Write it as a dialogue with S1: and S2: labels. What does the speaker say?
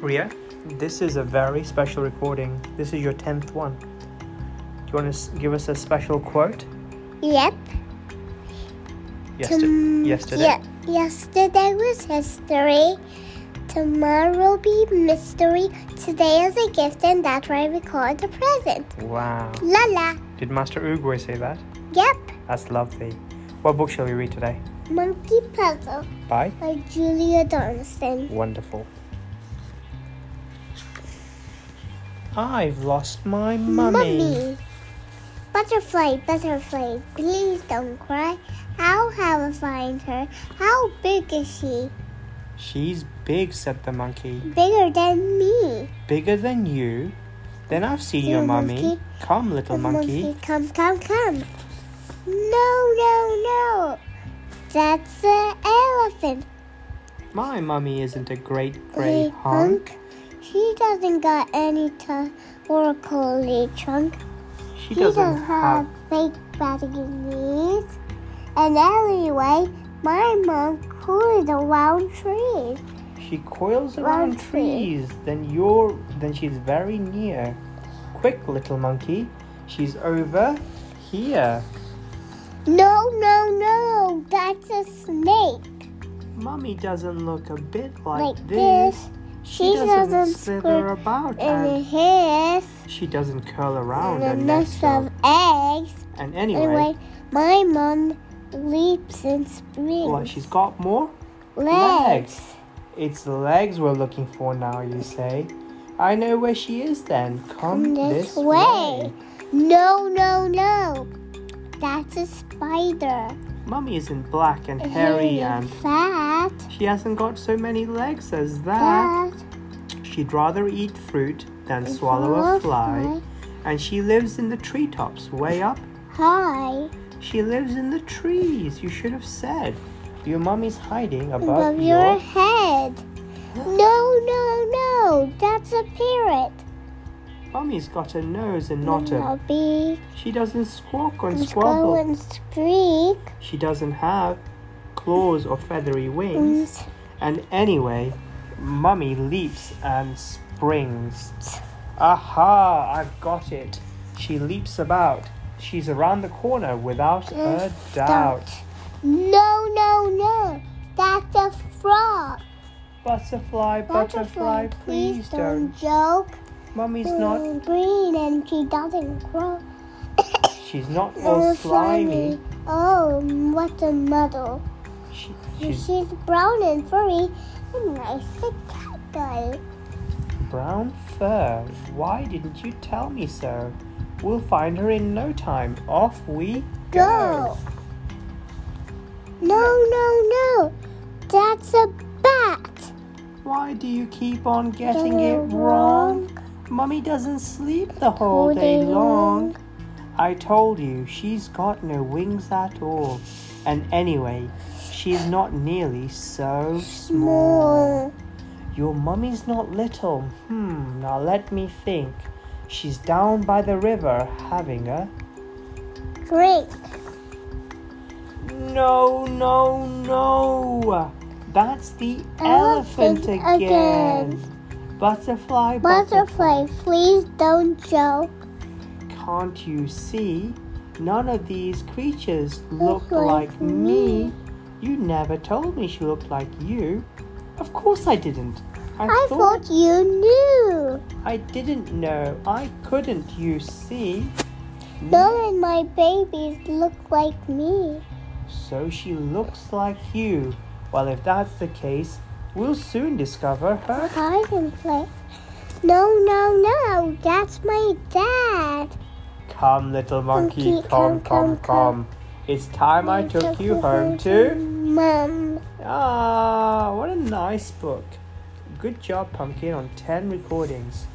S1: Ria, this is a very special recording. This is your 10th one. Do you want to give us a special quote?
S2: Yep.
S1: Yester-
S2: Tom-
S1: yesterday?
S2: Ye- yesterday was history. Tomorrow will be mystery. Today is a gift, and that's why we call it a present.
S1: Wow.
S2: La la.
S1: Did Master Uguay say that?
S2: Yep.
S1: That's lovely. What book shall we read today?
S2: Monkey Puzzle
S1: Bye.
S2: by Julia Donaldson.
S1: Wonderful. I've lost my mummy.
S2: Mummy. Butterfly, butterfly, please don't cry. How have I find her? How big is she?
S1: She's big, said the monkey.
S2: Bigger than me.
S1: Bigger than you? Then I've seen
S2: Little
S1: your mummy.
S2: monkey.
S1: Come, little
S2: The
S1: monkey.
S2: Come, come, come. No, no, no. That's the elephant.
S1: My mummy isn't a great grey
S2: Hey,
S1: hunk.
S2: She doesn't got any t- or curly trunk.
S1: She
S2: She
S1: doesn't have.
S2: big baggy knees. And anyway, my mom cooled around trees.
S1: She coils
S2: round
S1: around
S2: tree.
S1: trees. Then you're. Then she's very near. Quick, little monkey. She's over here.
S2: No, no, no. That's a snake.
S1: Mummy doesn't look a bit like,
S2: Like this.
S1: She, doesn't, slither
S2: squirt
S1: about
S2: in
S1: and
S2: his
S1: she doesn't curl around
S2: and a
S1: and
S2: nest of eggs.
S1: And anyway,
S2: Anyway, my mom leaps and springs.
S1: well, she's got more.
S2: legs.
S1: It's the legs we're looking for now, you say. I know where she is then. Come,
S2: Come this way. No, no, no. That's a spider.
S1: Mummy isn't black and hairy and
S2: fat.
S1: she hasn't got so many legs as that.
S2: That
S1: She'd rather eat fruit than
S2: is
S1: swallow a
S2: not
S1: fly. And she lives in the treetops, way up.
S2: Hi.
S1: She lives in the trees, you should have said. Your mummy's hiding above,
S2: Above
S1: your...
S2: your head. No, no, no. That's a parrot.
S1: Mummy's got a nose and not a...
S2: A bee.
S1: She doesn't squawk and
S2: Squirrel
S1: squabble.
S2: and squeak.
S1: She doesn't have claws or feathery
S2: And
S1: wings. And anyway, Mummy leaps and springs. Aha, I've got it. She leaps about. She's around the corner without a doubt.
S2: No, no, no. That's a frog.
S1: Butterfly, butterfly, please don't.
S2: joke.
S1: Mummy's not,
S2: Mm, green and she doesn't grow.
S1: she's not
S2: Oh,
S1: all slimy.
S2: Oh, what a muddle.
S1: She,
S2: She's,
S1: she's
S2: brown and furry and nice to cuddle.
S1: brown fur. Why didn't you tell me so? We'll find her in no time. Off we
S2: Go. No, no, no. That's a bat.
S1: Why do you keep on getting
S2: Getting
S1: it
S2: it
S1: wrong? Mummy doesn't sleep the whole
S2: All
S1: day
S2: day
S1: long. I told you, she's got no wings at all. And anyway, she's not nearly so small.
S2: More.
S1: Your mummy's not little. Hmm, now let me think. She's down by the river having a.
S2: Great.
S1: No, no, no! That's the elephant,
S2: Elephant
S1: again.
S2: again.
S1: Butterfly,
S2: Butterfly, please don't joke.
S1: Can't you see? None of these creatures look
S2: Look like
S1: like me. You never told me she looked like you. Of course I didn't. I,
S2: I
S1: thought
S2: thought you knew.
S1: I didn't know. I couldn't, you see.
S2: None of my babies look like me.
S1: So she looks like you. Well, if that's the case, we'll soon discover her.
S2: hide and play. No, no, no, that's my dad.
S1: Come, little monkey,
S2: Monkey,
S1: come,
S2: come,
S1: come,
S2: come,
S1: come. It's time I took you home too.
S2: Mum.
S1: Ah, what a nice book. Good job, Pumpkin, on 10 recordings.